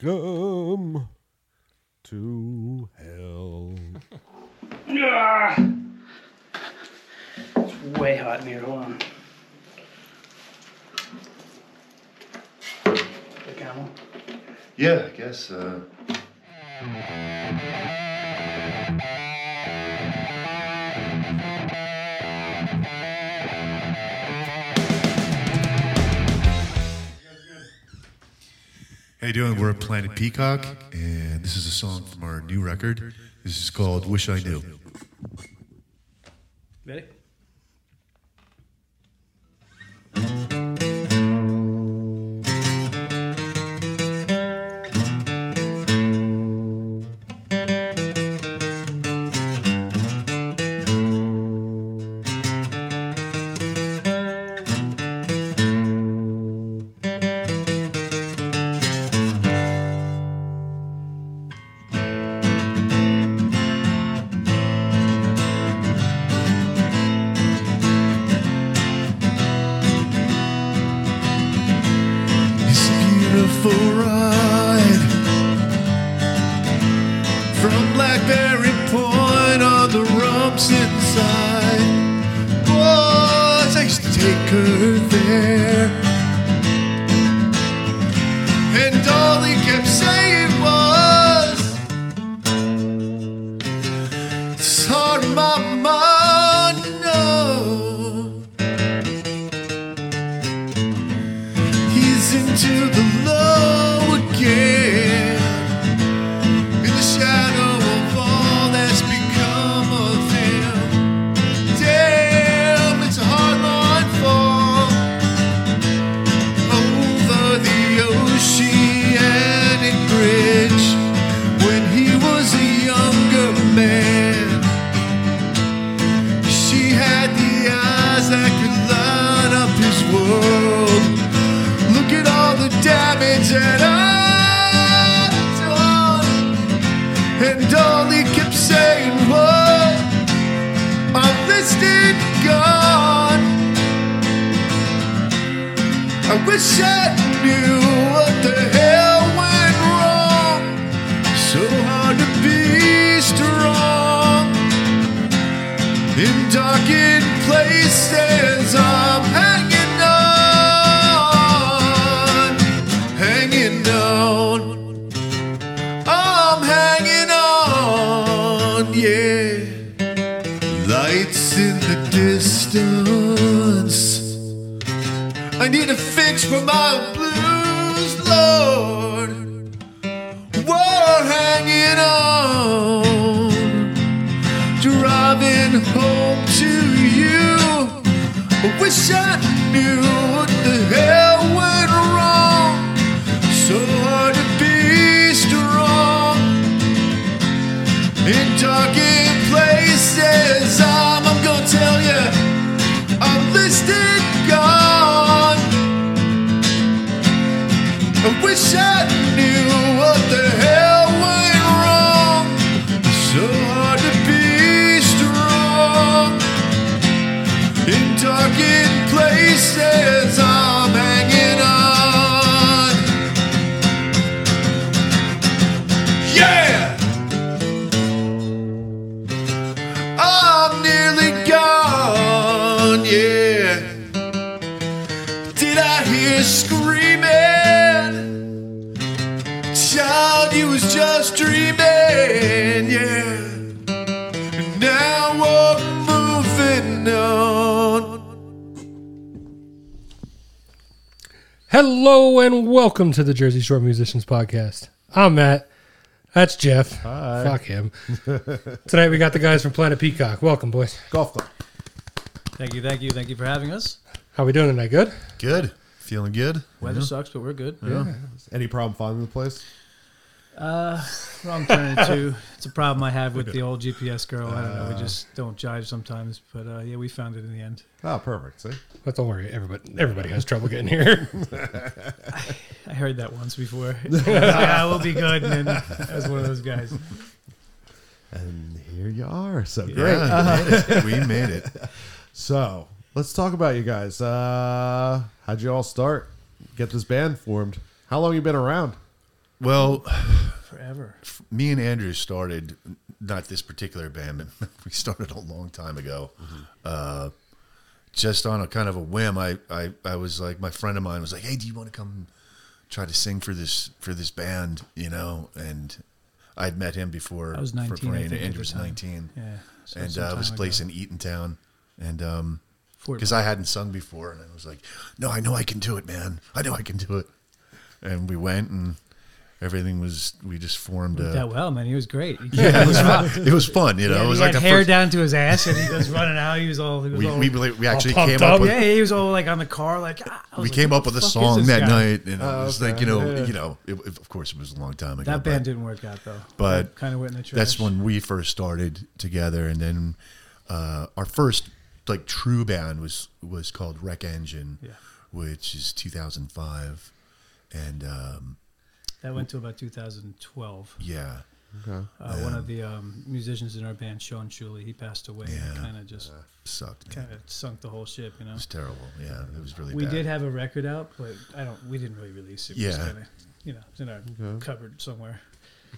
Welcome to hell. It's way hot in here. Hold on. The camel. Yeah, I guess. Uh, How you doing? We're at Planet Peacock, and this is a song from our new record. This is called "Wish I Knew." Ready? It's a beautiful ride from Blackberry Point on the rumps inside. Boys, I used to take her there, and all they kept saying was, "It's hard, Mama, no." He's into the low again. In the shadow of all that's become of them. Damn, it's a hard line fall over the oceanic bridge when he was a younger man. She had the eyes that could light up his world. Look at all the damage that I've done. And all he kept saying was, I'm listening, God. I wish I knew what the hell went wrong. So hard to be strong in darkened places I'm hanging on, hanging on, I'm hanging on, yeah. Lights in the distance. I need a fix for my blues, Lord. We're hanging on driving home to you. I wish I knew what the hell went wrong. So hard to be strong in darkened places. I'm, I'm gonna tell you, I'm listed gone. I wish I knew what the hell went wrong. So hard to be strong in darkened places. I'm hanging on. Yeah, I'm nearly gone. Yeah, did I hear screaming? Child, you was just dreaming, yeah. And now we're moving on. Hello and welcome to the Jersey Shore Musicians Podcast. I'm Matt. That's Jeff. Hi. Fuck him. Tonight we got the guys from Planet Peacock. Welcome, boys. Golf club. Thank you, thank you, thank you for having us. How we doing tonight? Good. Good. Feeling good? Weather sucks, but we're good. Any problem finding the place? Wrong turn into it's a problem I have with the old GPS girl. I don't know. Ah. We just don't jive sometimes, but uh, yeah, we found it in the end. Oh, perfect. See? But don't worry, everybody everybody has trouble getting here. I heard that once before. yeah, we'll be good. And then I was one of those guys. And here you are. So great. Yeah, we made it. So let's talk about you guys. Uh, how'd you all start? Get this band formed. How long you been around? Well, forever. me and Andrew started not this particular band, but we started a long time ago. Mm-hmm. Uh, just on a kind of a whim, I, I I was like, my friend of mine was like, "Hey, do you want to come try to sing for this for this band?" You know, and I'd met him before. I was 19, For I Parade, think, at Andrew the was time. nineteen, Yeah. so and some uh, it was a time place ago. in Eatontown, and um, Fort because I hadn't sung before, and I was like, "No, I know I can do it, man. I know I can do it." And we went, and everything was. We just formed a. that well, man. He was great. He, yeah, it was fun. It was fun. You know, yeah, it was he like had the hair first. down to his ass, and he was running out. He was all. He was We, all oh, we really- we actually pumped came up. up with yeah, he was all like on the car, like ah. I we was like, came "Who up with the a fuck is song this that guy?" night, and I Oh, was okay. like, you know, Yeah. you know, it, it- of course, it was a long time ago. That band but didn't work out though. But kind of went in the trash. that's when we first started together, and then uh, our first like true band was was called Wreck Engine, Yeah. which is 2005, and um, that went to about 2012. yeah, Okay. Uh, One of the um, musicians in our band, Sean Shuley, he passed away. Yeah. and Kind of just sucked. man. kind of sunk the whole ship, you know. It was terrible. Yeah, it was really. We bad. did have a record out, but I don't. We didn't really release it. It was Yeah. kinda, you know, it's in our Okay. cupboard somewhere.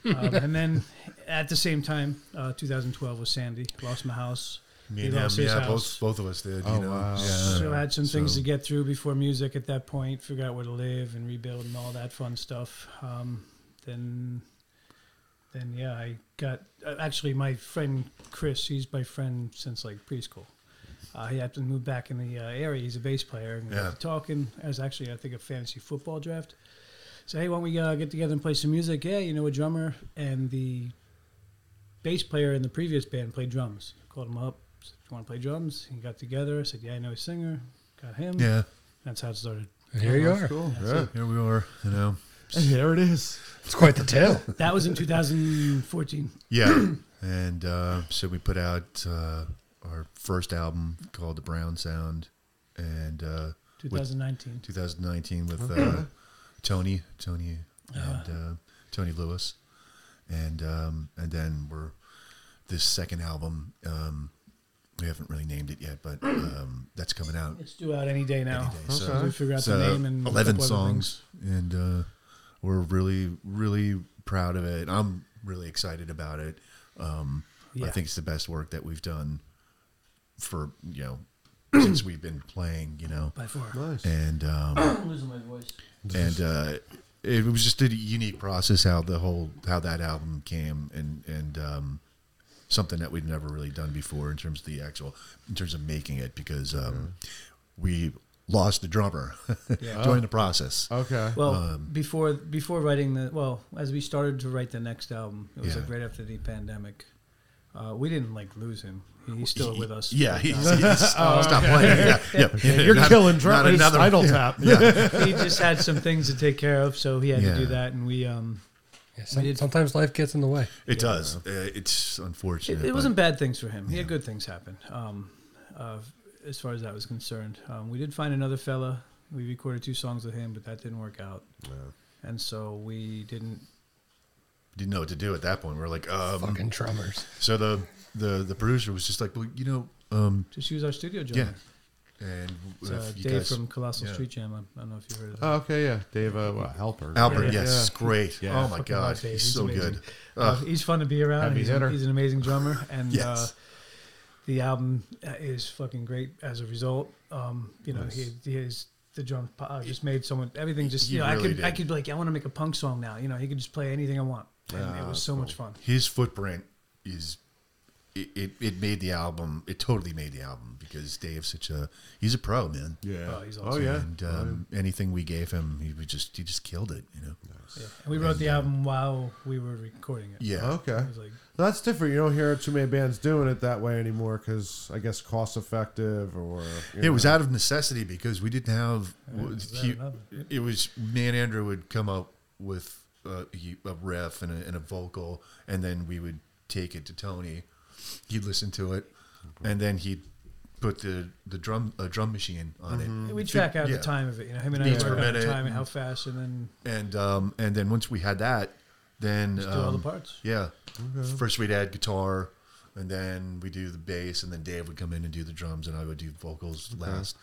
um, and then at the same time, uh, 2012 was Sandy. Lost my house. Me He and him, lost his yeah, house. both both of us did. Oh, you know? wow. yeah. so I had some things So- to get through before music at that point. Figure out where to live and rebuild and all that fun stuff. Um, then, then yeah, I got uh, actually my friend Chris. He's my friend since like preschool. Uh, he happened to move back in the uh, area. He's a bass player. And we got Yeah. to talking. I was actually I think a fantasy football draft. So hey, why don't we uh, get together and play some music? Yeah, you know a drummer and the bass player in the previous band played drums. Called him up. Said, you want to play drums? He got together. I said, yeah, I know a singer. Got him. yeah, That's how it started. And here you are. Cool. That's Yeah. here we are. You know, And here it is. It's quite the tale. That was in 2014. Yeah. and uh, so we put out uh, our first album called The Brown Sound and uh, 2019. 2019 with uh, Tony, Tony, and uh, Tony Lewis. And um, and then we're this second album. Um, we haven't really named it yet, but um, that's coming out. It's due out any day now. any day. So So we figure out so the name and a 11 couple other songs and uh, we're really really proud of it i'm really excited about it um, i Yeah. think it's the best work that we've done for you know since we've been playing you know by far. Nice. and um, I'm losing my voice. and uh, it was just a unique process how the whole how that album came and and um, something that we'd never really done before in terms of the actual in terms of making it because um, we lost the drummer Yeah. during the process Okay. Well, Um, before before writing the well, as we started to write the next album, it was Yeah. like right after the pandemic. Uh, we didn't like lose him. He- He's still with us. Yeah, He, he's, he's- stop playing. Yeah, yeah. You're Not- killing not drum. It's another- idle yeah, tap. Yeah, just had some things to take care of, so he had Yeah. to do that. And we um, Yeah, We some, did- sometimes life gets in the way. it does. Uh, it's it, unfortunate. it but- wasn't bad things for him. He had good things happen. Um, uh, as far as that was concerned, um, we did find another fella. We recorded two songs with him, but that didn't work out, and so we didn't. Didn't know what to do at that point. We are like, um, Fucking drummers. so the the the producer was just like, well, you know, um, Just use our studio drummer. yeah, and It's, if uh, you Dave guys- from Colossal yeah. Street Jam. I, I don't know if you heard of that. Oh, okay. Yeah. Dave, uh, what, Halpert. Albert, right? yes, great. Yeah. Oh my Fucking God, love Dave. he's, He's so amazing. good. Uh, Ugh. he's fun to be around. and Heavy He's, an- hitter. he's an amazing drummer, and uh, Yes. the album uh, is fucking great. As a result, um, you know, Nice. he, he is the drum po- uh, just made someone everything. Just He you know, I really could I did. could be like, I want to make a punk song now. You know, he could just play anything I want, and it Ah, was so much fun. His footprint is. It, it, it made the album. It totally made the album because Dave's such a he's a pro man. Yeah. Oh, he's Oh, awesome. yeah. And um, anything we gave him, he would just he just killed it. You know. Yeah. And we wrote the album while we were recording it. Yeah. Mm-hmm. Okay. It was like That's different. You don't hear too many bands doing it that way anymore because I guess cost effective or. you It was know. out of necessity because we didn't have. was that he- another? it was me and Andrew would come up with a, he- a riff and a, and a vocal, and then we would take it to Tony. He'd listen to it, Mm-hmm. and then he'd put the the drum a drum machine on we it, Mm-hmm. track out yeah. the time of it. You know, him and I Beats work per out the minute. time and how fast, and then and um and then once we had that, then do all the um, parts. Yeah. First we'd add guitar, and then we do the bass, and then Dave would come in and do the drums, and I would do vocals last.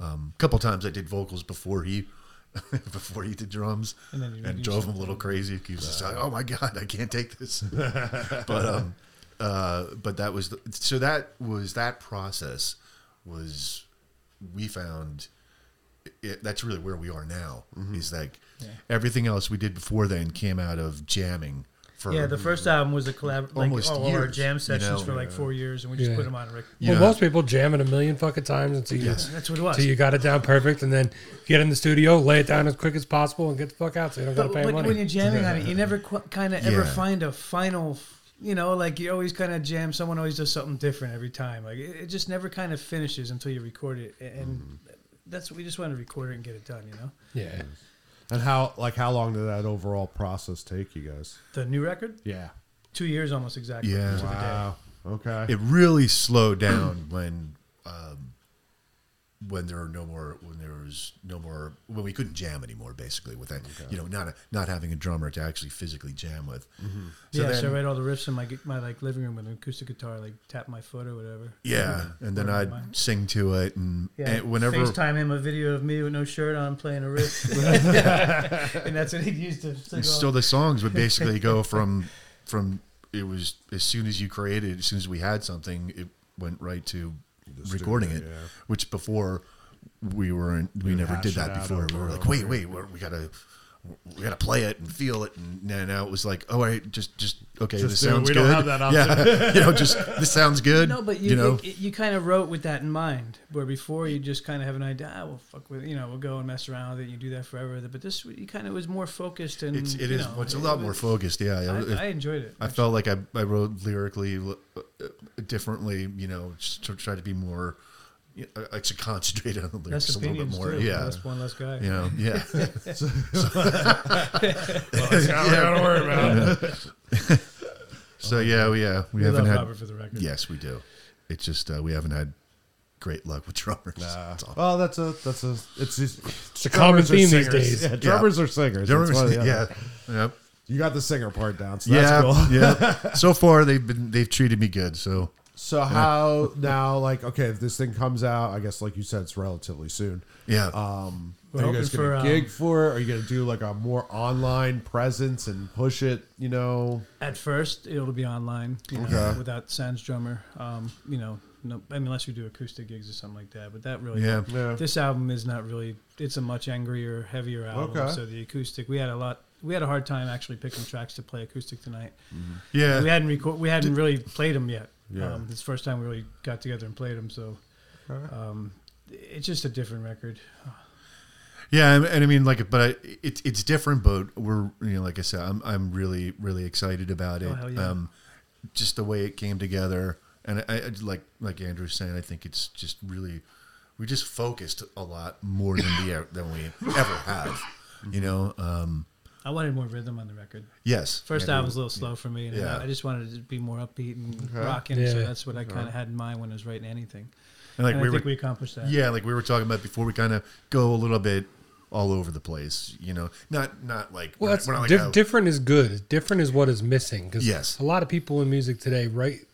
Um, a couple times I did vocals before he before he did drums, And then you and reduce drove it. him a little crazy. He was just like, "Oh my god, I can't take this." but um, uh, but that was the, so that was that process was we found it, that's really where we are now Mm-hmm. is like everything else we did before then came out of jamming for Yeah, the first album was a collab, like oh, Almost all our years, jam you sessions know? for like four years, and we just Yeah. put them on a record. you well, know, most people jam it a million fucking times until you, Yes. That's what it was. until you got it down perfect, and then get in the studio, lay it down as quick as possible, and get the fuck out so you don't got But, to pay but money. when you're jamming on it, you never qu- kind of ever Yeah. find a final. f- You know, like you always kind of jam. Someone always does something different every time. Like it, it just never kind of finishes until you record it, a- and Mm. that's we just want to record it and get it done. You know, yeah. And how like how long did that overall process take you guys? the new record, Yeah. two years almost exactly. Yeah. to the day. Wow. Okay. it really slowed down when um, when there were no more when there was no more when we couldn't jam anymore basically with that you know not a, not having a drummer to actually physically jam with so yeah, then, so I write all the riffs in my gu- my like living room with an acoustic guitar, like tap my foot or whatever. yeah and then I'd Mine. sing to it and, Yeah, and whenever FaceTime him a video of me with no shirt on playing a riff, and that's what he'd use to. sing and along. still the songs would basically go from from it was as soon as you created as soon as we had something it went right to recording it studio, yeah. which before we weren't we You'd never hash did it that out before we over were and like over wait wait we're, we gotta we gotta play it and feel it and now, now it was like oh all right just just okay Just this do it. sounds We good don't have that yeah you know just this sounds good No, but you you know it- it- you kind of wrote with that in mind. Where before you just kind of have an idea, ah, well, fuck with it, you know, we'll go and mess around with it. You do that forever, but this you kind of was more focused and it's it you is know, it's a it lot was- more focused yeah I, It- I enjoyed it. I felt like I, I wrote lyrically uh, differently, you know, just to try to be more, you know, I should concentrate on the lyrics that's a little bit opinions more. too. Yeah. that's one less guy. You know, yeah. Don't worry about it. So, yeah, we- yeah, we Oh, We haven't love had. Robert for the record. Yes, we do. It's just uh, we haven't had great luck with drummers. That's Oh, all. Well, that's a that's a it's just, a common drummers are theme these singers. days. Yeah, drummers are singers. Drummers, That's why- yeah, yeah, You got the singer part down, so that's yeah, cool. yeah. So far, they've been they've treated me good. So So how now? Like, okay, if this thing comes out, I guess like you said, it's relatively soon. yeah, Um, We're are you hoping guys gonna for, um, gig for it? Are you gonna do like a more online presence and push it? You know, At first, it'll be online, you know, Okay. without Sans drummer. Um, you know, no, I mean, unless we do acoustic gigs or something like that. But that really, yeah. yeah. this album is not really it's a much angrier heavier album Okay. so the acoustic we had a lot we had a hard time actually picking tracks to play acoustic tonight yeah. we hadn't record we hadn't really played them yet Yeah. um, this first time we really got together and played them so um, it's just a different record Yeah, and, and I mean, like, but I, it's it's different. But we're you know, like I said, I'm I'm really really excited about it. Oh, hell yeah. Um, just the way it came together, and I, I like like Andrew's saying, I think it's just really we just focused a lot more than we e- than we ever have. You know, um, i wanted more rhythm on the record yes, Mm-hmm. first Andrew, album was a little slow for me and Yeah. I, I just wanted it to be more upbeat and rocking so Yeah. that's what i kind of had in mind when i was writing anything and like and we i were, think we accomplished that yeah, like we were talking about before, we kind of go a little bit all over the place. You know, not not like Well, we're that's not- we're not like diff- a- different is good. Different is what is missing. Because Yes. a lot of people in music today write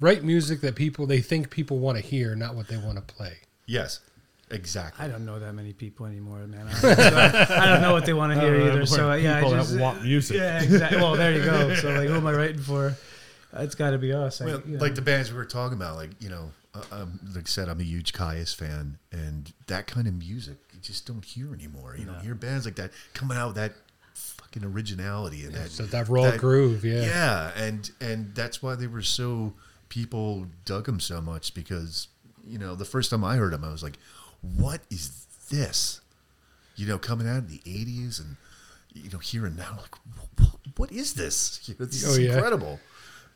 write music that people they think people want to hear, not what they want to play. yes, exactly. I don't know that many people anymore, man. I don't, I don't know what they want to hear don't know either. So that yeah, I people that just, want music. Yeah, exactly. Well, there you go. So like, who am I writing for? Uh, It's got to be us. I, Well, you know. like the bands we were talking about, like you know, uh, um, like I said, I'm a huge Caius fan, and that kind of music you just don't hear anymore. You don't hear bands like that coming out with that fucking originality and that So that raw groove, yeah. yeah, and and that's why they were so people dug them so much because you know the first time I heard them, I was like, what is this? You know, coming out of the '80s and you know hearing now, like, wh- wh- what is this? You know, this Oh, is yeah. incredible.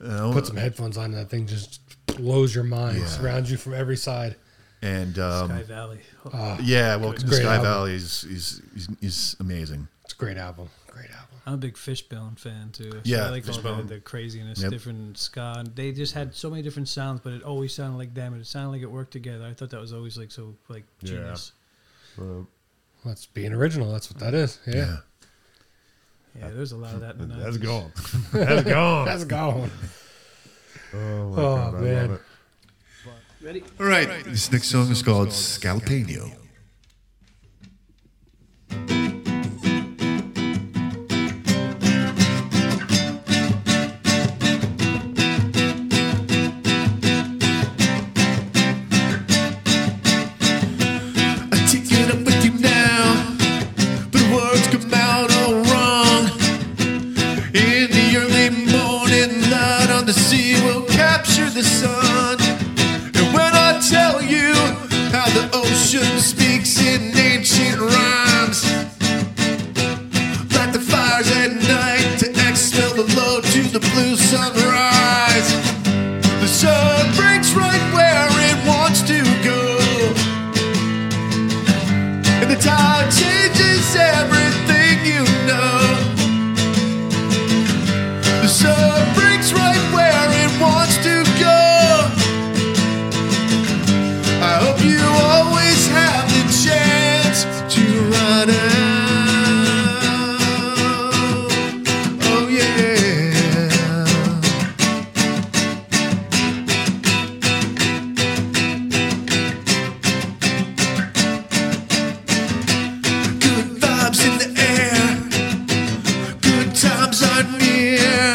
You know, Put some headphones on, and that thing just blows your mind, Yeah. surrounds you from every side. and um, Sky Valley. Oh, Yeah, well, It's a the great Sky album. Valley is, is is is amazing. It's a great album. Great album. I'm a big Fishbone fan too. So Yeah, I like all the, Fishbone. the craziness, Yep. different ska. and They just had so many different sounds, but it always sounded like them. and It sounded like it worked together. I thought that was always like so like Yeah. genius. Well, Well, that's being original. That's what that is. Yeah. Yeah, Yeah, there's a lot of that. In the that's 90s. gone. That's gone. That's gone. Oh my Oh, god, I man. love it. All right, this next song is called Scalapeno. sunrise. The sun breaks right where it wants to go. And the tide changes everything you know. The sun breaks right where it wants to go. I hope you always have the chance to run out. Oh, yeah. Good vibes in the air. Good times are near.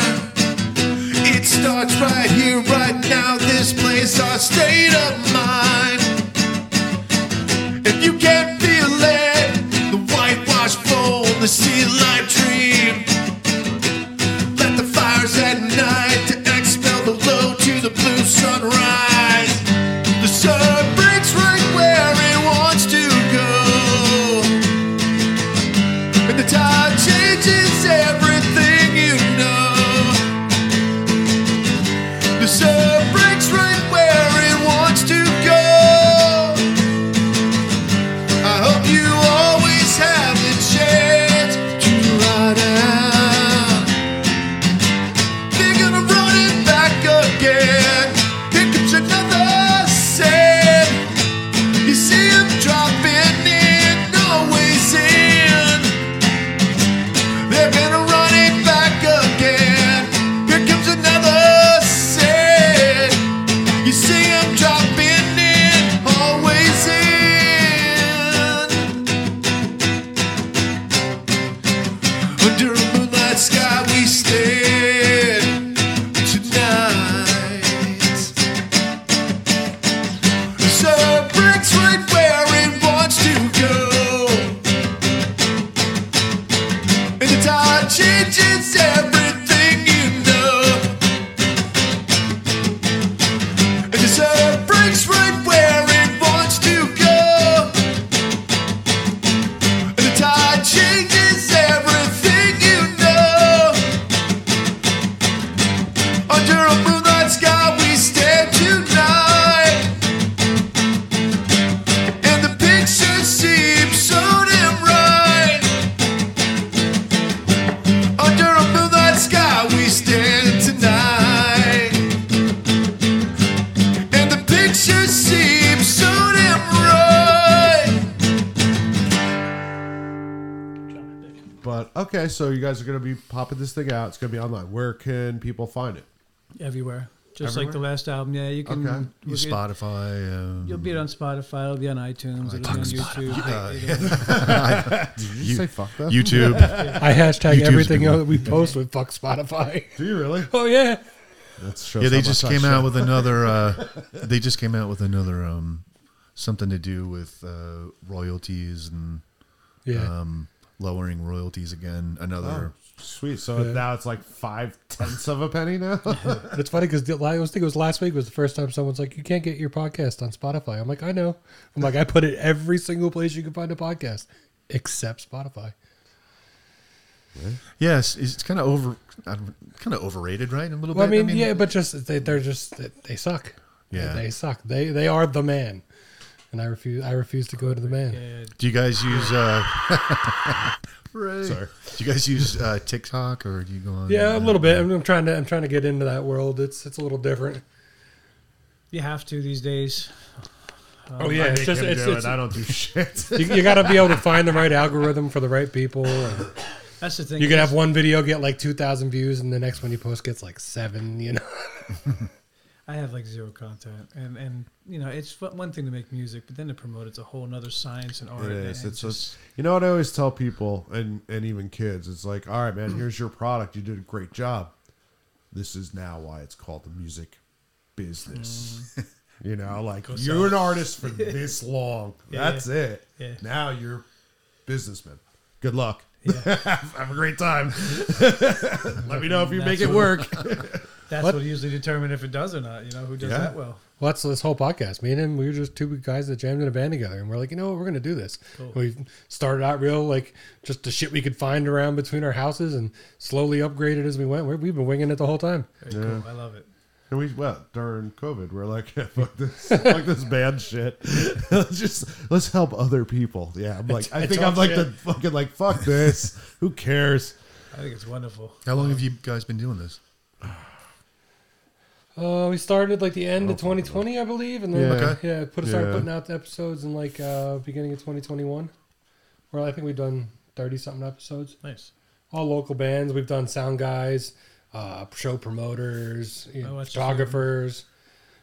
It starts right here, right now. This place, our state of mind. If you can feel it, the whitewashed foam, the sea light dream. Let the fires at night to expel the low to the blue sunrise. The sun breaks right where it wants to go. And the tide changes everything you know. The sun breaks right where it wants to go. I hope you always have the chance to ride out. They're gonna run it back again. Pick up another sand. You see 'em dropping in, always in. They're gonna run it back again. Here comes another set. You see 'em dropping in, always in. Under a moonlight sky, we stand tonight. The sun breaks right where it wants to go. And the tide changes everything you know. And the sun breaks right where it wants to go. And the tide changes everything you know. Under a moonlight sky, we stand tonight. And the picture seems so damn right. Under a moonlight sky, we stand tonight. And the picture seems so damn right. But okay, so you guys are gonna be popping this thing out. It's gonna be online. Where can people find it? everywhere. Just like the Everywhere? last album, yeah. You can. Okay. we'll get- Spotify. Um, You'll be it on Spotify. It'll be on iTunes. It'll be on YouTube. it'll- Did you, say fuck that? YouTube. I hashtag YouTube's everything been- that we post with fuck Spotify. Do you really? oh yeah, That shows yeah, how they much just I came shit. out with another. Uh, they just came out with another um, something to do with uh, royalties and Uh, yeah. um, lowering royalties again. Another. Sweet. So now it's like five tenths of a penny now. That's funny because I was thinking it was last week was the first time someone's like, "You can't get your podcast on Spotify." I'm like, "I know." I'm like, "I put it every single place you can find a podcast, except Spotify." Yes, it's, it's kind of over. Kind of overrated, right? A little Well, I bit. mean, yeah, but just they, they're just they, they suck. Yeah. they suck. They they are the man, and I refuse. I refuse to go to the man. yeah, Do you guys use? Uh, Sorry. Do you guys use uh, TikTok or do you go on? Yeah, uh, a little bit. I'm, I'm trying to. I'm trying to get into that world. It's it's a little different. you have to these days. Oh yeah, it's just Him it's, do it's, it. I don't do shit. you, you got to be able to find the right algorithm for the right people. And That's the thing. you can have is- one video get like two thousand views, and the next one you post gets like seven. You know, I have like zero content, and and you know it's fu- one thing to make music, but then to promote it's a whole nother science and art. It and- is. and It's just- just you know what I always tell people and and even kids. It's like, all right, man, here's your product. You did a great job. This is now why it's called the music business. Mm. you know, like you're an artist for this long. Yeah, That's yeah. it. Yeah. Now you're businessman. Good luck. Yeah. Have a great time. Let me know if you make it That's work. That's What? what, usually determine if it does or not. You know who does Yeah. that well. Well, that's this whole podcast. Me and him, we were just two guys that jammed in a band together, and we're like, you know what, we're gonna do this. Cool. We started out real like just the shit we could find around between our houses, and slowly upgraded as we went. We're, we've been winging it the whole time. Very cool. I love it. And we well during COVID, we're like, yeah, fuck this, fuck this band shit. let's just let's help other people. Yeah, I'm like, I, think I'm like the fucking like, fuck this. Who cares? I think it's wonderful. How long have you guys been doing this? Uh, we started like the end of 2020, I believe, and then Yeah. yeah, Okay. put started Yeah. putting out the episodes in like uh, beginning of 2021. Well, I think we've done 30 something episodes. Nice. all local bands. We've done sound guys, uh, show promoters, you I know, watched a few. photographers.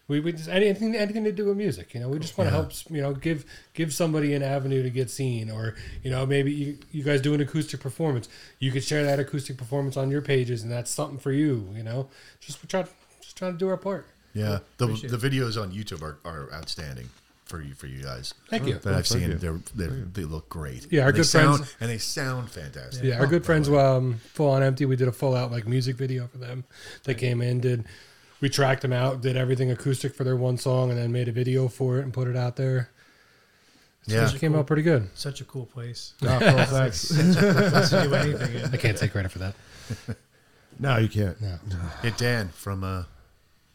We, we just anything anything to do with music, you know. We just want to help, you know, give give somebody an avenue to get seen, or you know, maybe you, you guys do an acoustic performance. You could share that acoustic performance on your pages, and that's something for you, you know. Just we try just trying to do our part. Yeah, the, appreciate the videos on YouTube are, are outstanding for you for you guys. Thank you. That Oh, I've thank seen, you. they're, they're, they look great. Yeah, our and they good friends- sound, and they sound fantastic. Yeah, our Oh, good by friends the way. um, Full On Empty. We did a full out like music video for them. They came in, did we tracked them out, did everything acoustic for their one song, and then made a video for it and put it out there. Yeah, It came out pretty good. Such a cool place. Oh, cool, thanks. Place to do anything in. I can't take credit for that. no, you can't. No. Hey, Dan from uh,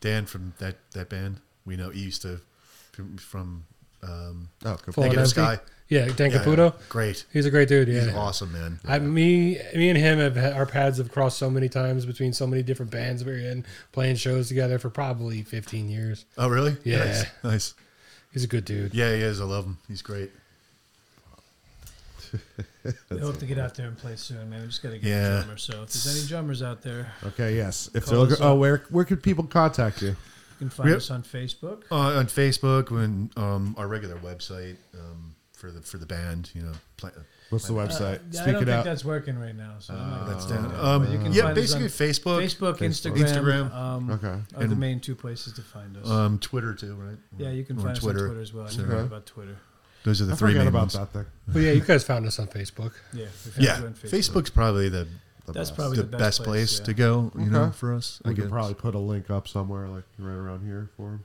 Dan from that, that band we know he used to from- from um, Oh, good Full point. On Thank you, Empty. Sky. Yeah, Dan yeah, Caputo. Great, He's a great dude. Yeah. he's awesome, man. I, me, me and him have had, our paths have crossed so many times between so many different bands we're in, playing shows together for probably 15 years. Oh, really? Yeah. nice. nice. He's a good dude. Yeah, he is. I love him. He's great. I hope to get out there and play soon, man. We just got to get Yeah. a drummer. So if there's any drummers out there, Okay, yes. If Call they're looking, us up. oh, where where could people contact you? you can find Yep. us on Facebook. Uh, on Facebook, when um, our regular website um, for the for the band, you know, play, What's the Uh, website? I don't Speak it think out. that's working right now. So I'm not- that's down. But you Um, can yeah, find us basically on Facebook, Facebook, Facebook. Instagram, Instagram. Um, Okay. are the And- main two places to find us. um, Twitter too, right? yeah, you can We're find us on Twitter as well. I So- never heard about Twitter. Those are the I three forgot main about ones. that thing. But yeah, you guys found us on Facebook. Yeah, we found Yeah, you on Facebook's probably the The That's best. probably the, the best, place to go, you know, Okay. for us. We I guess. could probably put a link up somewhere, like right around here for 'em.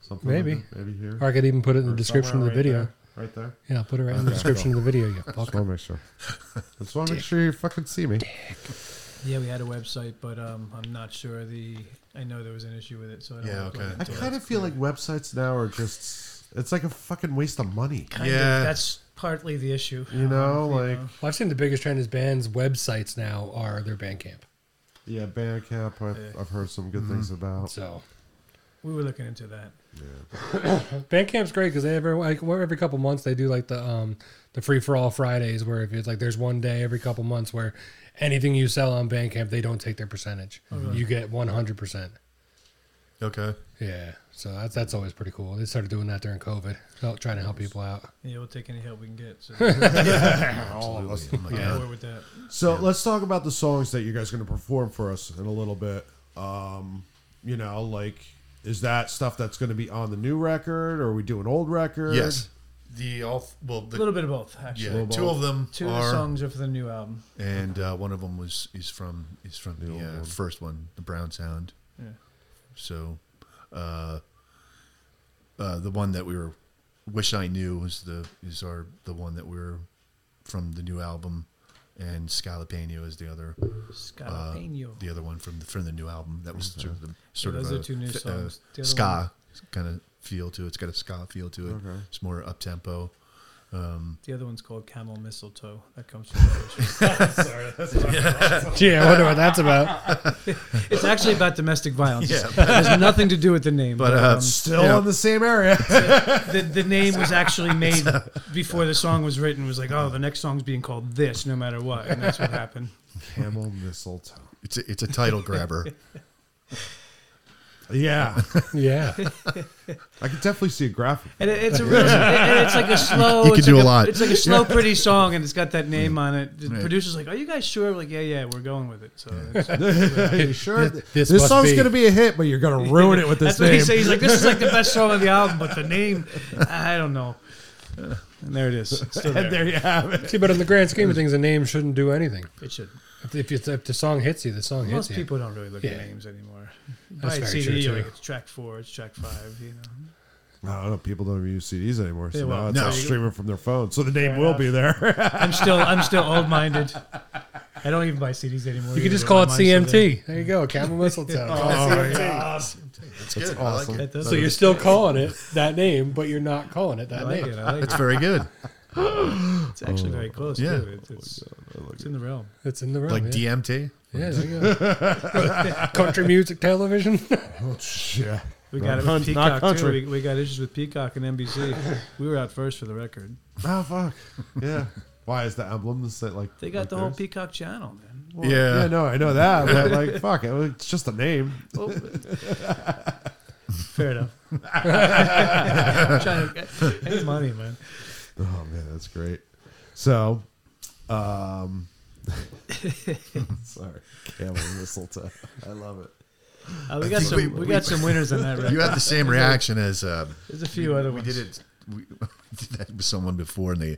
something. Maybe. like that. maybe here. Or I could even put it in the Or description of the somewhere video. Right there. Right there. Yeah, I'll put it right in the description of the video. You Just fuck. want to make sure. Just want to make sure you fucking see me. Yeah, we had a website, but um, I'm not sure the. I know there was an issue with it, so I don't. Yeah, wanna plug okay. it I into kind it. of feel like websites now are just. It's like a fucking waste of money. Kind of, Yeah. that's partly the issue. You know, like Well, I've seen the biggest trend is bands' websites now are their Bandcamp. yeah, Bandcamp. I've, Yeah. I've heard some good things about. So we were looking into that. Bandcamp's great because they every like well, every couple months they do like the um the free for all Fridays where if it's like there's one day every couple months where anything you sell on Bandcamp they don't take their percentage. Oh, You get one hundred percent. Okay. Yeah, so that's that's always pretty cool. They started doing that during COVID, so trying to help people out. Yeah, we'll take any help we can get. So All of us. Oh my yeah. God. with that. So let's talk about the songs that you guys are going to perform for us in a little bit. Um, you know, like is that stuff that's going to be on the new record, or are we doing old record? Yes. The all well the A little bit of both, actually. yeah, two of them Two of are the songs are for the new album. and uh, one of them was is from is from the, old uh, one. first one, the Brown Sound. Yeah. So, uh, uh, the one that we were wish I knew was the is our the one that we we're from the new album, and Scalapeno is the other Scalapeno. uh, the other one from the from the new album that was sort of the sort those of are two new fi- uh, songs. The other ska kind of feel to it. It's got a ska feel to it. It's more up tempo. the other one's called Camel Mistletoe. That comes from the original. Gee, I wonder what that's about. It's actually about domestic violence. Yeah. It has nothing to do with the name. But uh, Still in the same area. the, the name was actually made uh, before the song was written. It was like, oh, the next song's being called this, no matter what, and that's what happened. Camel mistletoe. it's a, it's a title grabber. Yeah, Yeah, I could definitely see a graphic. And it, it's a real, and it's like a slow. You could it's do like a lot. It's like a slow, pretty song, and it's got that name on it. The Right. producer's like, "Are you guys sure?" We're like, yeah, yeah, we're going with it. So that's- You sure? This This, must song's be- going to be a hit, but you're going to ruin it with this that's what he name. says. He's like, "This is like the best song on the album," but the name, I don't know. And there it is. It's still And there. there you have it. See, but in the grand scheme of things, a name shouldn't do anything. It should. If, if, it's, if the song hits you, the song Most hits people don't really look Yeah. at names anymore. That's Buy a very CD, true, you're like, too. it's track four, it's track five. You know, I don't know. People don't even use CDs anymore, so Yeah, well, now it's no. all streaming from their phone. So the name Fair will enough. be there. I'm still I'm still old minded. I don't even buy CDs anymore. you either, can just but call it my Oh, mind's still there. CMT. There you go, Camel Mistletoe. It's good. I awesome. like it. That does So it. you're still calling it that name, but you're not calling it that I like name. it. I like it. It's very good. It's actually very close. Yeah. too. It- it's, it's in the realm. It's in the Oh, room. Like yeah. DMT. Yeah, there you go. Country music television. yeah. We got it Not with Peacock too. country. We, we got issues with Peacock and NBC. we were out first for the record. Oh fuck. Yeah. Why is the emblem the same? Like They got like the whole theirs? Peacock channel, man. Well, Yeah. yeah. No, I know that, but like, fuck, it, it's just a name. Well, fair enough. I'm trying to I need money, man. Oh man, that's great. So, um, sorry, camel mistletoe. I love it. Uh, we got some. we got some winners on that. You Record. had the same reaction as uh, There's a few other we ones. did it. We did that with someone before, and they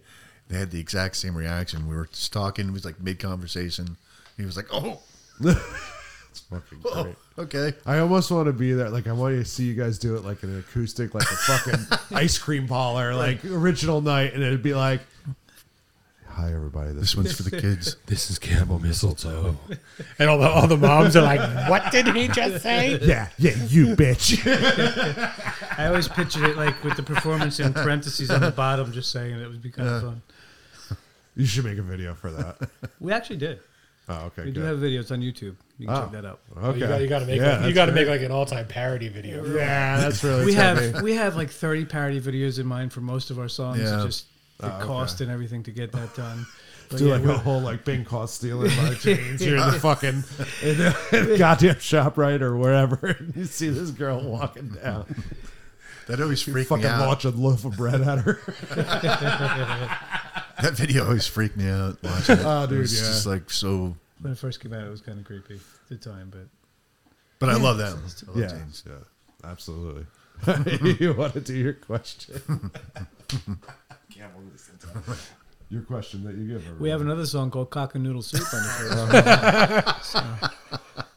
they had the exact same reaction. We were just talking. It was like mid conversation. He was like, "Oh, It's fucking oh, great. okay." I almost want to be there. Like, I want to see you guys do it like an acoustic, like a fucking ice cream parlor, like original night, and it'd be like, "Hi, everybody. This This one's for the kids. This is Camel Mistletoe. And all the, all the moms are like, what did he just say? yeah, yeah, you bitch." I always pictured it like with the performance in parentheses on the bottom, just saying it would be kind of fun. you should make a video for that. We actually did. Oh, okay. We do good. have videos on YouTube. You can check Oh. that out. okay. You got, you got to make Yeah, like, you that's got to great. make like an all time parody video. Yeah, that's really. We tough. have we have like 30 parody videos in mind for most of our songs. It's Yeah. Just the cost and everything to get that done. But Ah, Do yeah, like we- a whole like Bing cost stealing by chains. You're in the fucking in the goddamn shop right or wherever. And you see this girl walking down. That always You freaked me fucking out. launch a loaf of bread at her. That video always freaked me out. Watching it. Oh, It dude, was just yeah. like so. when it first came out, it was kind of creepy at the time, but But I love that. One. I love Yeah. James. yeah. Absolutely. you want to do your question? your question that you give. we have everybody. another song called Cock and Noodle Soup on the first.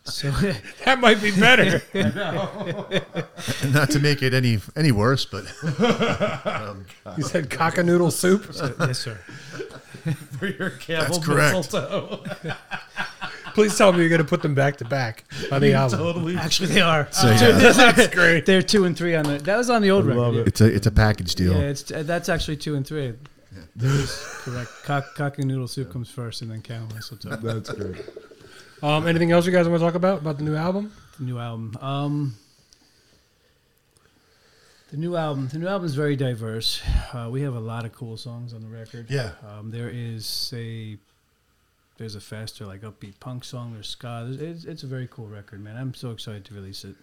so, so That might be better. And not to make it any any worse, but He said cockanoodle soup. yes, sir. for your Campbell That's correct. mistletoe. Please tell me you're going to put them back to back on the album. totally. Actually, they are. so, yeah, That's great. They're two and three on the. That was on the old record. love it. it's a it's a package Yeah, deal. it's uh, that's actually two and three. That is correct. Cock, cock and noodle soup comes first, and then camel mistletoe. That's great. Um, anything else you guys want to talk about about the new album? the new album. Um, the new album. The new album is very diverse. Uh, we have a lot of cool songs on the record. Yeah. Um, there is a there's a faster like upbeat punk song. There's ska. There's, it's, it's a very cool record, man. I'm so excited to release it.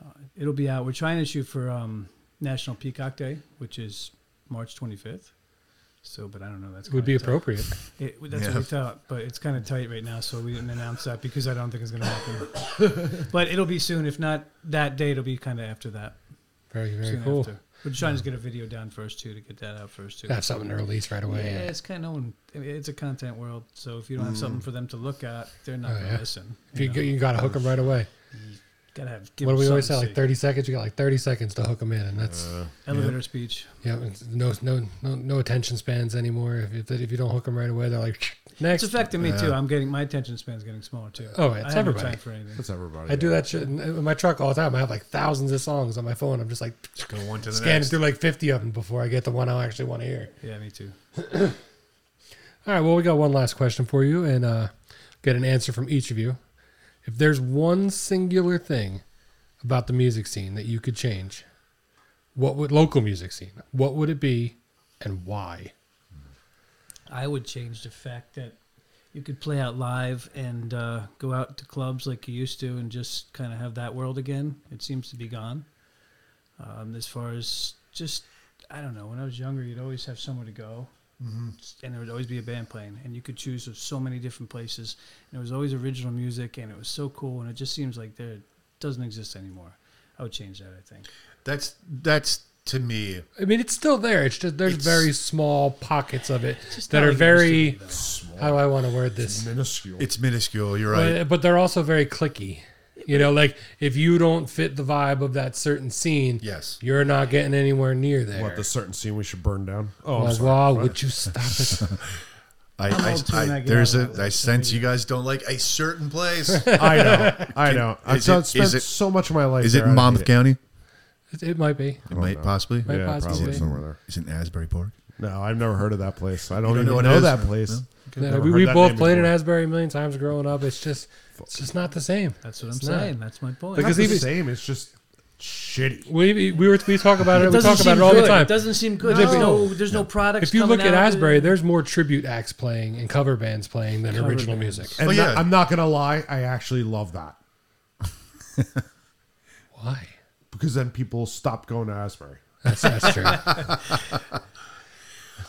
Uh, it'll be out. We're trying to shoot for um, National Peacock Day, which is March 25th. So, but I don't know. That's It would be kinda tough. appropriate. It, that's Yeah. what we thought, but it's kind of tight right now, so we didn't announce that because I don't think it's going to happen. but it'll be soon. If not that day, it'll be kind of after that. Very, very soon cool. after. We're just trying to get a video down first too to get that out first too. I have something to release right yeah, away. it's kind of it's a content world, so if you don't have something for them to look at, they're not Mm-hmm. Oh, going to yeah. listen. If you, know. you got to hook them right away. gotta have. give What do them we always say? something Like to Uh, 30 see. seconds? You got like 30 seconds to hook them in, and that's elevator speech. yeah. it's no, no, no, no attention spans anymore. If if, if you don't hook them right away, they're like It's next. affecting me too. I'm getting my attention span's getting smaller too. Oh, it's I have no everybody. time for anything. That's everybody. I do that shit in, in my truck all the time. I have like thousands of songs on my phone. I'm just like Go one to the scanning through like 50 of them before I get the one I actually want to hear. Yeah, me too. All right. Well, we got one last question for you, and uh, get an answer from each of you. If there's one singular thing about the music scene that you could change, what would local music scene? What would it be, and why? I would change the fact that you could play out live and uh, go out to clubs like you used to and just kind of have that world again. It seems to be gone. Um, as far as just, I don't know, when I was younger, you'd always have somewhere to go. Mm-hmm. Just- And there would always be a band playing, and you could choose of so many different places. And it was always original music, and it was so cool. And it just seems like there it doesn't exist anymore. I would change that. I think That's that's to me. I mean, it's still there. It's just there's It's- very small pockets of it just that not are like it used to very. be, though. Small, How do I want to word this? minuscule. It's minuscule. You're right. But, but they're also very clicky. You know, like if you don't fit the vibe of that certain scene, Yes. you're not getting anywhere near there. what the certain scene we should burn down? Oh, Like, I'm sorry. wow, would you stop it? I, I'm I, old too, I- and I get there's out a of it, I sense you guys don't like a certain place. I know, I know. I is so- it- spent is it- so much of my life. Is it there, I Monmouth hate County? It- it might be. It might possibly. Might Yeah, possibly probably be. somewhere there. Is it in Asbury Park? No, I've never heard of that place. I don't, don't even know know, what it is? that No, place. no. I've Yeah, never we heard we that both name played in before. Asbury a million times growing up. It's just, it's just not the same. That's what I'm It's not. saying. That's my point. It's Because not the even- same. It's just shitty. We, we were we talk about it. It we doesn't talk about seem it all good. the time. It doesn't seem No. good. There's no, there's no products. if you coming look at out of it. Asbury, there's more tribute acts playing and cover bands playing than Cover original bands. music. And Oh, not- yeah. I'm not gonna lie. I actually love that Why? because then people stop going to Asbury. That's, that's true.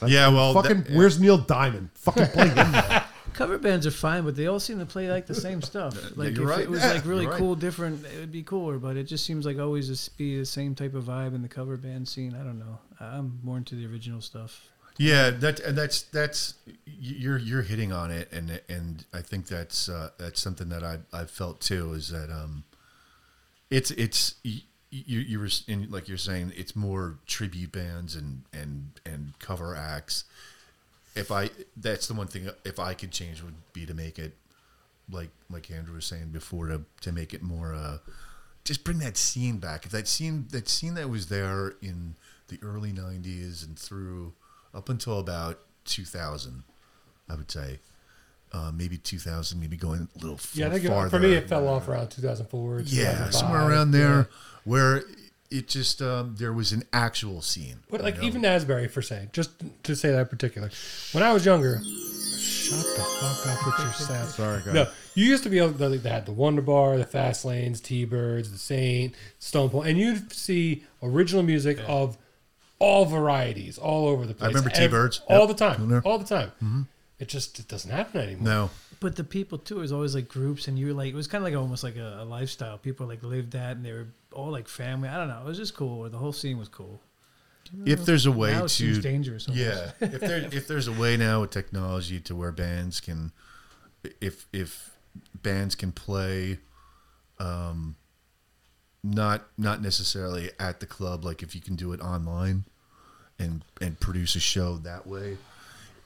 yeah, well, that- Fucking, where's Neil Diamond? Fucking play him. cover bands are fine, but they all seem to play like the same stuff. Like you're if right. it was Yeah, like really you're right. cool, different, it would be cooler. But it just seems like always this be the same type of vibe in the cover band scene. I don't know. I'm more into the original stuff. yeah, that and that's that's y- you're you're hitting on it, and and I think that's uh, that's something that I I felt too is that um, it's it's y- you you were s- in, like you're saying it's more tribute bands and and and cover acts. If I that's the one thing if I could change would be to make it like like Andrew was saying before to to make it more uh just bring that scene back. If that scene that scene that was there in the early '90s and through up until about 2000, I would say uh, maybe 2000, maybe going a little yeah, I think it, farther. for me it fell off around 2004. Yeah, 2005. somewhere around there where it just um, there was an actual scene. But you like know? even Asbury for say, just to say that particular. When I was younger, shut the fuck up with your sass. Sorry, guys. No, you used to be able to they had the Wonder Bar, the Fast Lanes, T Birds, the Saint, Stone Pole, and you'd see original music of all varieties, all over the place. remember Ev- T-Birds. all Yep. the time, Remember? all the time. It just it doesn't happen anymore. no, But the people too is always like groups, and you were like it was kind of like almost like a, a lifestyle. People like lived that, and they were all like family. I don't know. It was just cool. Or the whole scene was cool. if there's a way now it to seems dangerous. almost. Yeah, if there if there's a way now with technology to where bands can, if if bands can play, um, not not necessarily at the club, like if you can do it online, and and produce a show that way,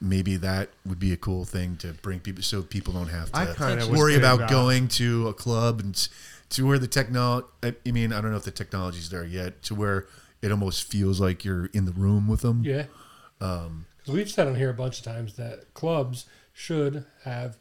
maybe that would be a cool thing to bring people so people don't have I to kinda was worry thinking about, about- going to a club and s- to where the technology. I I mean, I don't know if the technology's there yet to where. It almost feels like you're in the room with them. Yeah. Um, Because we've said on here a bunch of times that clubs should have,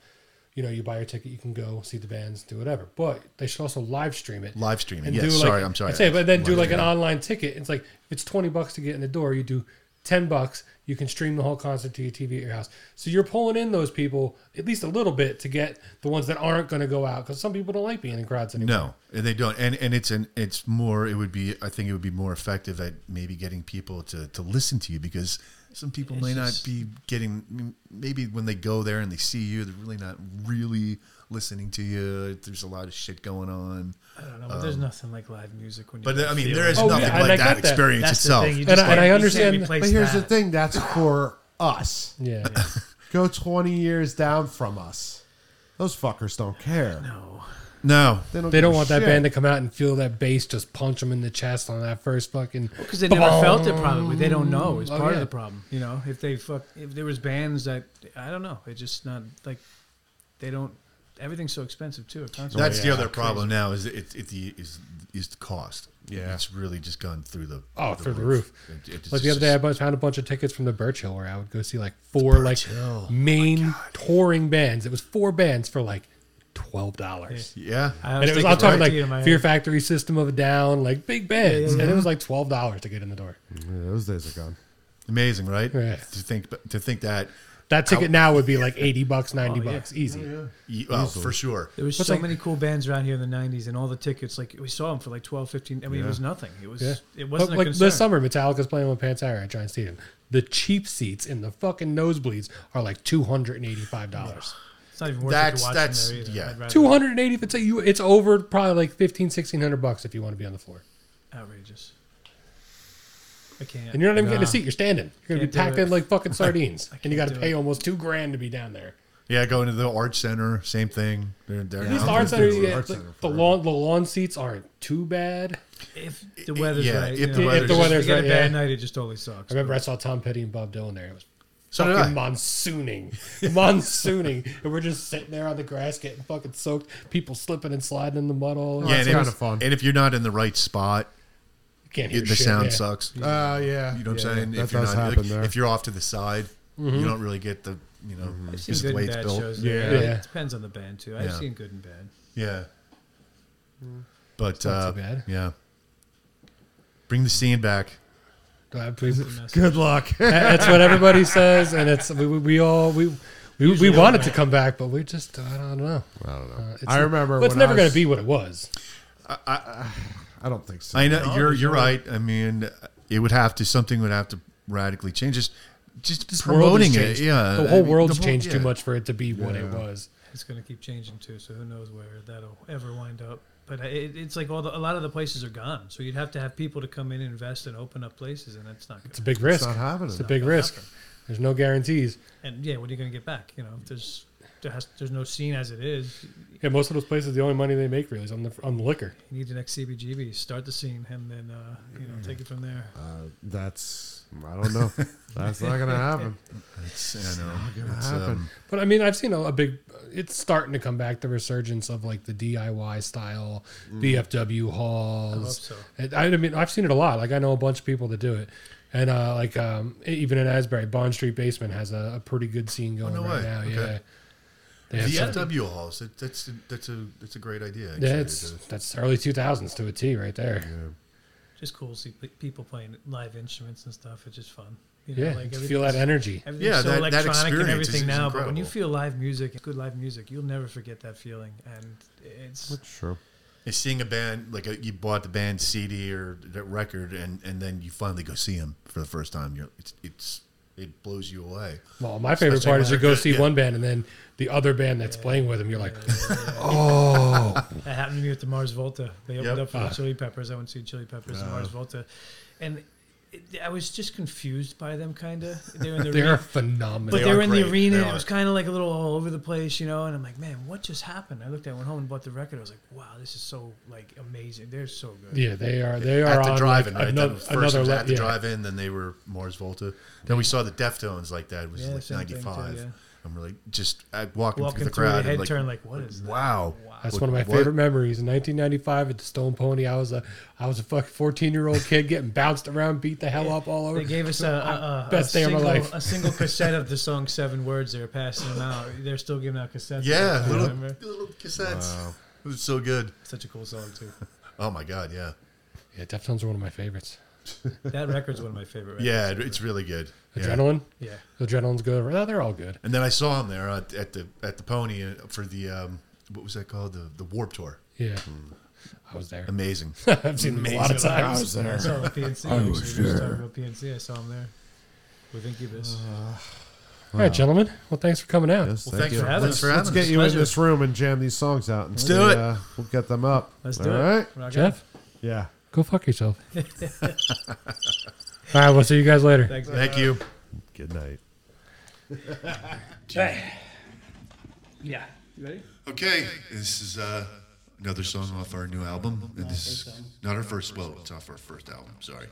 you know, you buy your ticket, you can go see the bands, do whatever. But they should also live stream it. Live streaming, And yes, do like, sorry, I'm sorry. I'd say, but then do Live like an streaming. online ticket. It's like it's twenty bucks to get in the door. You do ten bucks. You can stream the whole concert to your TV at your house. So you're pulling in those people at least a little bit to get the ones that aren't going to go out because some people don't like being in crowds anymore. No, and they don't. And and it's an it's more. It would be. I think it would be more effective at maybe getting people to to listen to you because some people may not be getting. I mean, Maybe when they go there and they see you, they're really not really listening to you. There's a lot of shit going on. I don't know. But there's nothing like live music when you. Um, But can I mean, feel there it. is Oh, nothing yeah, and I like get that, that. experience That's the itself. thing, you And just I- and can't- I you can't understand- replace But here's that. the thing. That's for us. Yeah. Go 20 years down from us. Those fuckers don't care. No. no, They give don't a want that shit. band to come out and feel that bass just punch them in the chest on that first fucking. Because they never felt it, probably. They don't know. It's Oh, part yeah. of the problem. You know, if they fuck, if there was bands that I don't know, it's just not like they don't. Everything's so expensive too. A Oh, concert. that's the yeah, other problem now. Is it's it, the is is the cost. Yeah. it's really just gone through the Oh, through the roof. It- it Like is the other just- day, I bu- found a bunch of tickets from the Birch Hill where I would go see like four like Oh main touring bands. It was four bands for like twelve dollars, Yeah, I and it was thinking I'm talking Rocky in like my Fear head. Factory, System of a Down, like big bands, and it was like twelve dollars to get in the door. Yeah, those days are gone. amazing, right? Yeah. To think to think that That ticket now would be like eighty bucks, ninety Oh, yeah. bucks, easy. Ye- Oh, for sure. There was But, so like- many cool bands around here in the '90s, and all the tickets like we saw them for like 12, 15. I mean, it was nothing. It was Yeah. it wasn't But, a like concern. this summer, Metallica's playing with Pantera at Giant Stadium. The cheap seats in the fucking nosebleeds are like two hundred and eighty-five dollars. It's not even worth That's- it to watch that's- them there either. yeah. I'd rather- Two hundred and eighty. It's a, you. It's over probably like fifteen, sixteen hundred bucks if you want to be on the floor. outrageous. I can't. And you're not even getting a Nah. seat. You're standing. You're going Can't to do be packed it. in like fucking sardines. and you can't got to do pay it. almost two grand to be down there. Yeah, going to the art center, same thing. They're, they're At least the down. art center, it's you an get- art the, center the forever. lawn the lawn seats aren't too bad. if the weather's yeah, right. if you the know, weather's- If the you weather's get right, a bad yeah. night, it just always sucks. I remember I saw Tom Petty and Bob Dylan there. It was So did fucking I. monsooning, monsooning, and we're just sitting there on the grass getting fucking soaked. People slipping and sliding in the mud all. over. Yeah, That's and if- kinda fun. And if you're not in the right spot, You can't hear it, the shit, sound yeah. sucks. You know Ah, yeah. what I'm yeah, saying? That if you're does not, happen like, there. If you're off to the side, you don't really get the you know Seen just the good way and it's bad built. shows. Yeah. though. Yeah. It depends on the band too. I've Yeah. seen good and bad. Yeah. But not uh, too bad. yeah, bring the scene back. Do I have to- Good luck. That's what everybody says, and it's we, we, we all we we, we wanted to come back, but we just I don't know. I don't know. Uh, it's, I remember. well, it's when never I going was- to be what it was. I don't think so. I know you're you're right. I mean, it would have to something would have to radically change. Just just This world has promoting it. changed. Yeah, the whole I mean, world's the whole- changed too yeah. much for it to be what it was. It's going to keep changing too. So who knows where that'll ever wind up. But it, it's like all the, a lot of the places are gone. So you'd have to have people to come in and invest and open up places, and that's not It's a good. big risk. It's not happening. It's a big risk. There's no guarantees. And yeah, what are you going to get back? You know, if there's there has, there's no scene as it is. Yeah, most of those places, the only money they make really is on the on the liquor. You need the next CBGB, start the scene, and then uh, you know take it from there. uh, that's. I don't know. That's not going to happen. It's, I know. It's, happen. um, But I mean, I've seen a, a big. It's starting to come back. The resurgence of like the DIY style Mm. BFW I hope halls. so. And I, I mean, I've seen it a lot. Like I know a bunch of people that do it, and uh, like um, even in Asbury, Bond Street Basement has a, a pretty good scene going Oh, no right way. now. Okay. Yeah, they have The some- FW halls. That, that's that's a that's a great idea. Actually. yeah, it's that's early two thousands to a T right there. Just cool to see pe- people playing live instruments and stuff. It's just fun. You Yeah, everything's- feel that energy. Everything's Yeah, so that- that electronic experience and is- everything is now. But when you incredible. feel live music, good live music, you'll never forget that feeling. And it's Sure. And seeing a band like a, you bought the band CD or the record, and and then you finally go see them for the first time. You're it's it's it blows you away. Well, my favorite Especially part when is you they're go good, see yeah. one band and then the other band that's playing with them. You're like, that happened to me with the Mars Volta. They opened Yep. up for the Chili Peppers. I went to see Chili Peppers and Mars Volta, and it, I was just confused by them. Kind of, they were in the they're arena, phenomenal. but they, are were in the great. arena. They and it are. was kind of like a little all over the place, you know. And I'm like, man, what just happened? I looked at, it, went home and bought the record. I was like, wow, this is so like amazing. They're so good. yeah, they are. They are at on the like, drive-in, right? ano- That was first was le- at the yeah. drive-in, then they were Mars Volta. Then we saw the Deftones like that. It was Yeah, like same thing too, '95. yeah. I'm really just I, walking, Walking through through the the crowd. head and like, turn, like, what is that? Wow, That's Like, one of my what? favorite memories. In 1995 at the Stone Pony, I was a I was a fucking 14 year old kid getting bounced around, beat the hell up all over. They gave us a, a, a Best a day of my single, life. A single cassette of the song Seven Words. They were passing them out. They're still giving out cassettes. Yeah, I little, remember. little cassettes. It was so good. Such a cool song too. Oh my god, yeah, Yeah, Deftones are one of my favorites. That record's one of my favorite. Records. yeah, it- it's really good. Yeah. Adrenaline, Yeah. Adrenaline's good. Oh, they're all good. And then I saw him there at, at the at the Pony uh, for the um, what was that called the the Warp Tour. Yeah, Hmm. I was there. Amazing. I've seen them a lot of times. I saw him at PNC. I was talking about PNC. I saw him there with Incubus. All right, gentlemen. Well, thanks for coming out. Yes, Well, thanks you. for having thanks us. for Let's having get us. you in Pleasure. this room and jam these songs out. Let's do it. we'll get them up. Let's do All it. right? Rock Jeff, Yeah. go fuck yourself. all right, we'll see you guys later. on. Thanks. Thank you. Good night. Hey. Yeah. You ready? Okay, this is uh, another song off our new album. And this is not our first, well, it's off our first album, sorry.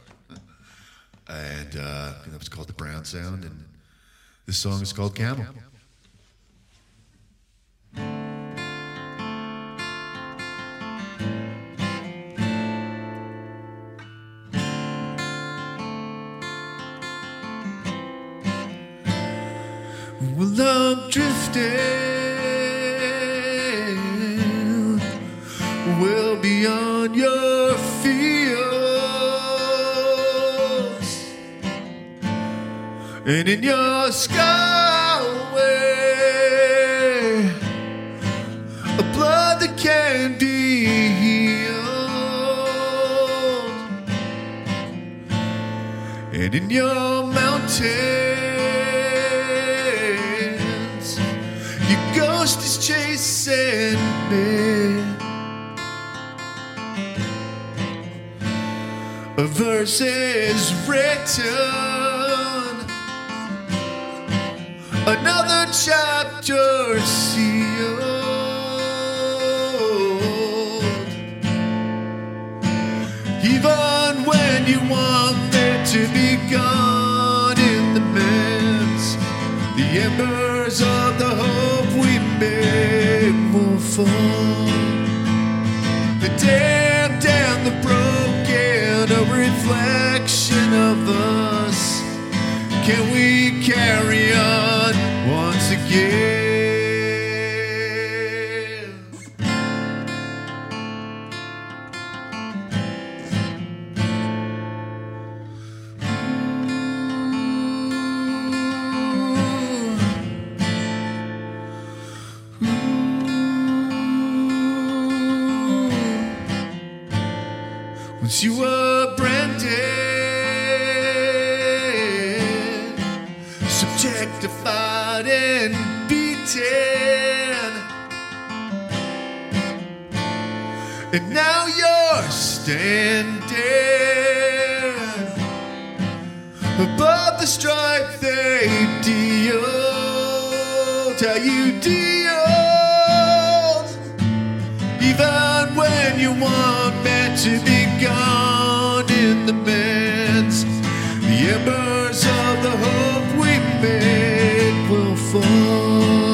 And uh, that was called The Brown Sound, and this song is called Camel. Well, I'm drifting well beyond your fields and in your skyway, a blood that can be healed and in your mountains, your ghost is chasing me. verses written. Another chapter sealed. Even when you want there to be gone in the midst, the embers of the hope we made will fall the damned and the broken, a reflection of us. Can we carry on once again? Once you were branded, subjectified and beaten, and now you're standing above the strife they dealt. How you dealt even when you want men to be gone in the midst, the embers of the hope we made will fall.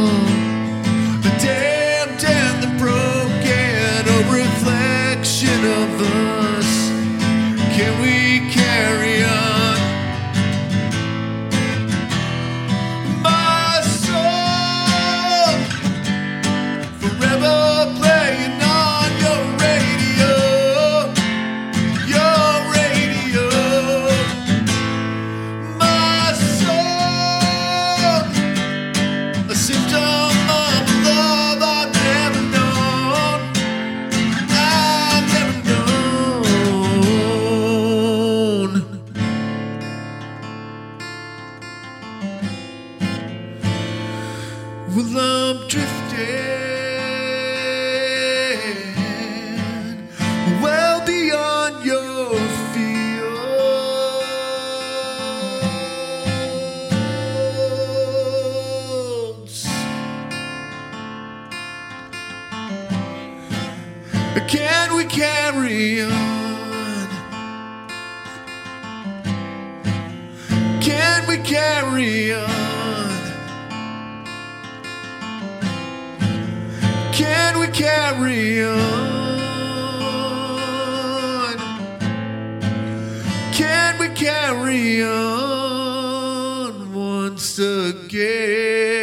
The damned and the broken, a reflection of us. Can we carry on? My soul Forever playing on your radio, your radio. My soul, a symptom of love I've never known, I've never known. Well, I'm drifting well beyond your fields. Can we carry on? Can we carry on? Can we carry on? Can we carry on once again?